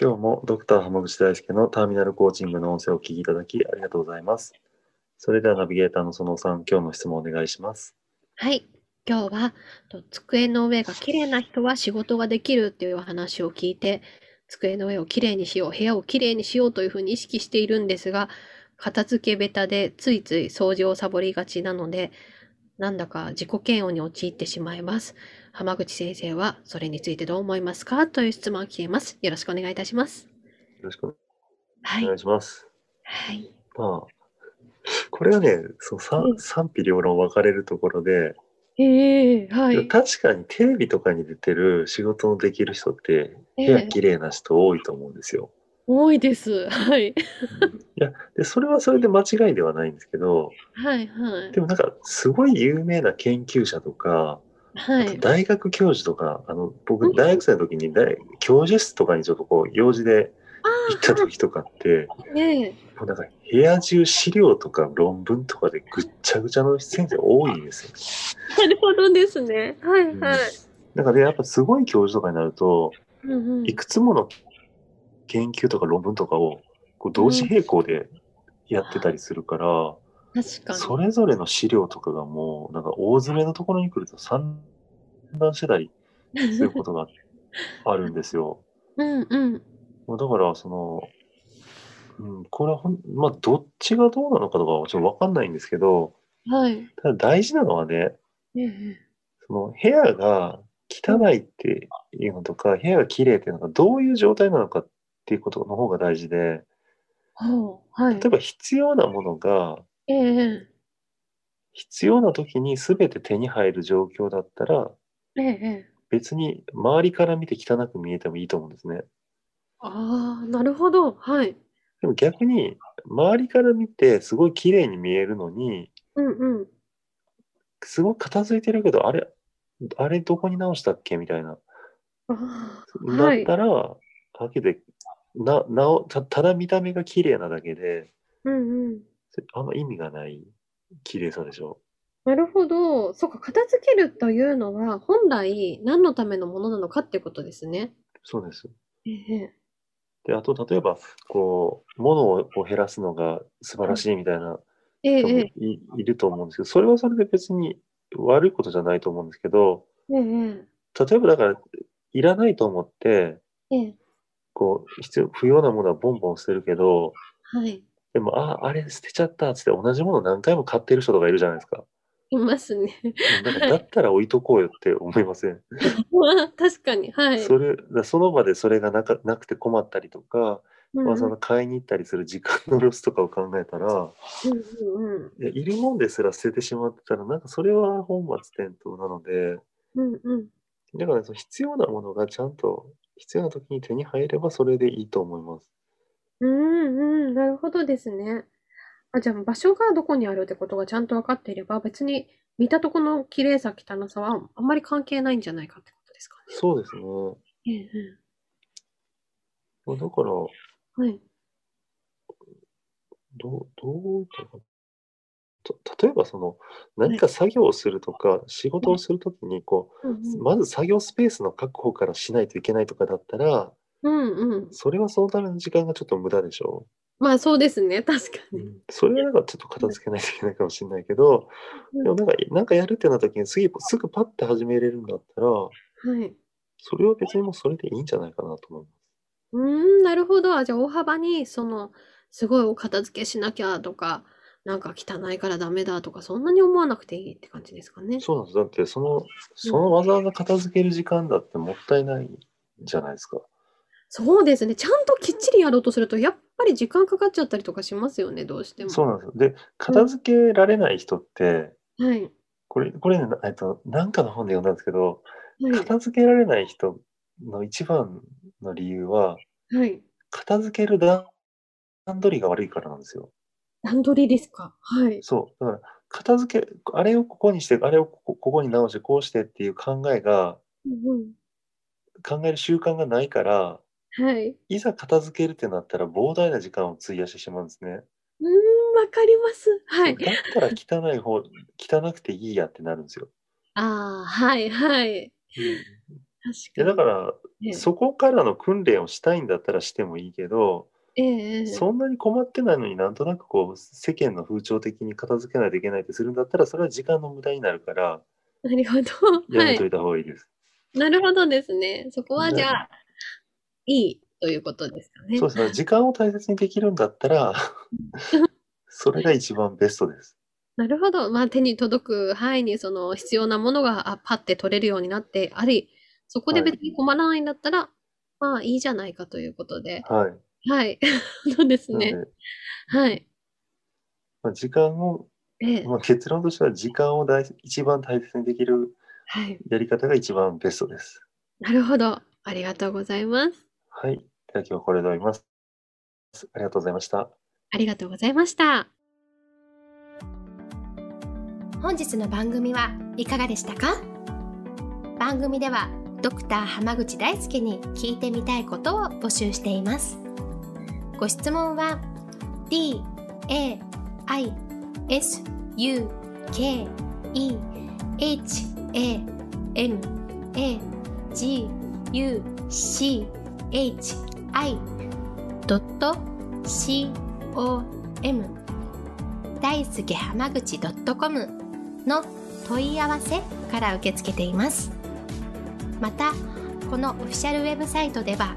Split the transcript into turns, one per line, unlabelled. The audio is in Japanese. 今日もドクター浜口大輔のターミナルコーチングの音声をお聞きいただきありがとうございますそれではナビゲーターのそのさん今日の質問お願いします
はい。今日は、と机の上が綺麗な人は仕事ができるっていう話を聞いて、机の上をきれいにしよう、部屋をきれいにしようというふうに意識しているんですが、片付け下手でついつい掃除をサボりがちなので、なんだか自己嫌悪に陥ってしまいます。浜口先生はそれについてどう思いますかという質問が来ています。よろしくお願いいたします。
よろしく
は
お
い。
願いします、
はい。
まあこれはねそうさ
うん
賛否両論分かれるところで、
ええは
でも
い。
確かにテレビとかに出てる仕事のできる人って部
え
屋
え
綺麗な人多いと思うんですよ、
多いです。はい。
いやでそれはそれで間違いではないんですけど
はい、はい。
でもなんかすごい有名な研究者とか
は
あと
い。
大学教授とか、あの、
う
僕、
ん
大学生の時に大、教授室とかにちょっとこう、用事で行った時とかって、
ねえ。
もうなんか部屋中資料とか論文とかでぐっちゃぐちゃの先生多いんですよ。
なるほどですね。はい、
うん
はい。
なんかね、やっぱすごい教授とかになると、
うんうん
いくつもの研究とか論文とかをこう同時並行でやってたりするから、
確かに。
それぞれの資料とかがもう、なんか大詰めのところに来ると散乱してたりすることがあるんです よ。
うんうん。
まあ、だから、その、うん、これはほん、まあ、どっちがどうなのかとかはちょっとわかんないんですけど、
はい。
ただ大事なのはね、
ええ
その部屋が汚いっていうのとか、部屋が綺麗っていうのがどういう状態なのかっていうことの方が大事で、
ほうはい
例え。ば必要なものが
ええ
必要な時に全て手に入る状況だったら、
ええ
別に周りから見て汚く見えてもいいと思うんですね。
ああ、なるほど。はい。
でも逆に、周りから見てすごい綺麗に見えるのに、
うんうん。
すごい片付いてるけど、あれ、あれどこに直したっけみたいな。
ああ、
な
は
っ
い。
たら、だけで、な、なお、たただ見た目が綺麗なだけで、
うんうん。
それあんま意味がない綺麗さでしょ。
なるほど。そうか、片付けるというのは、本来何のためのものなのかっていうことですね。
そうです。
ええ
で、あと、例えば、こう、物をこう減らすのが素晴らしいみたいな
え
人も
え
い,、いると思うんですけど、それはそれで別に悪いことじゃないと思うんですけど、
ええ
例えばだから、いらないと思って、
ええ
こう、必要、不要なものはボンボン捨てるけど、
はい。
でも、あ、あれ捨てちゃったっつって同じもの何回も買ってる人とかいるじゃないです か。
いますね。
なんかだったら置いとこうよって思いません。
まあ、確かに。はい。
それ、だその場でそれがなかなくて困ったりとか、
うん
わざわざ買いに行ったりする時間のロスとかを考えたら、
うんう ん
いやいるもんですら捨ててしまってたら、なんかそれは本末転倒なので、
うん。うんうん。
だから、その必要なものがちゃんと必要な時に手に入ればそれでいいと思います。
うんうん、なるほどですね。あ、じゃあ場所がどこにあるってことがちゃんと分かっていれば、別に見たとこの綺麗さ、汚さはあんまり関係ないんじゃないかってことですか
そうですね。
ね。
まあだから、ど
うんうん。はい。
う、どうだろうと例えばその何か作業をするとか、仕事をするときにこ
うん
う、まず作業スペースの確保からしないといけないとかだったら、
うん。うんうん。
それはそのための時間がちょっと無駄でしょ。
まあそうですね。確かに。
それはなんかちょっと片付けないといけないかもしれないけど、
うん
でもなんか、なんかやるってなった時に次、すぐパッて始めれるんだったら、
はい。
それは別にもうそれでいいんじゃないかなと思います。
うーん、なるほど。あ、じゃあ大幅に、その、すごいお片付けしなきゃとか、なんか汚いからダメだとか、そんなに思わなくていいって感じですかね。
そうなんです。だって、その、そのわざわざ片付ける時間だってもったいないじゃないですか。
そうですね。ちゃんときっちりやろうとすると、やっぱり時間かかっちゃったりとかしますよね、どうしても。
そうなんですよ。で、片付けられない人って、
はい。
これ、これね、えっと、なんかの本で読んだんですけど、
はい。
片付けられない人の一番の理由は、
はい。
片付ける段段取りが悪いからなんですよ。
段取りですか。はい。
そう。だから、片付け、あれをここにして、あれをここここに直して、こうしてっていう考えが、
うん
考える習慣がないから、
うん。はい。
いざ片付けるってなったら膨大な時間を費やしてしまうんですね。
うーん、わかります。はい。
だったら汚い方、汚くていいやってなるんですよ。
ああ、はい、はい。
いや
確
だ
か
から、
に。ええ
そこからの訓練をしたいんだったらしてもいいけど、
ええええ
そんなに困ってないのになんとなくこう、世間の風潮的に片付けないといけないってするんだったら、それは時間の無駄になるから、
なるほど。
や
は
めと
い。
いた方がいいです。
なるほどですね。そこはじゃ
は
あ、いいということですかね。
そうですね。時間を大切にできるんだった ら、それが一番ベストです。
なるほど。まあ、手に届く範囲にその必要なものがあパッて取れるようになってあり、そこで
はい
別に困らないんだったら、まあいいじゃないかということで。
はい。
はい。 そうです
なので、
ね。はい。
まあ、時間を、
ええ。
まあ、結論としては時間を大一番大切にできる
はい。
やり方が一番ベストです。
なるほど。ありがとうございます。
はい。では今日はこれで終わります。ありがとうございました。
ありがとうございました。
本日の番組はいかがでしたか番組ではドクター濱口大輔に聞いてみたいことを募集していますご質問は d a i s u k e h a m a g u c h i c o m 大輔濱口 .com の問い合わせから受け付けていますまたこのオフィシャルウェブサイトでは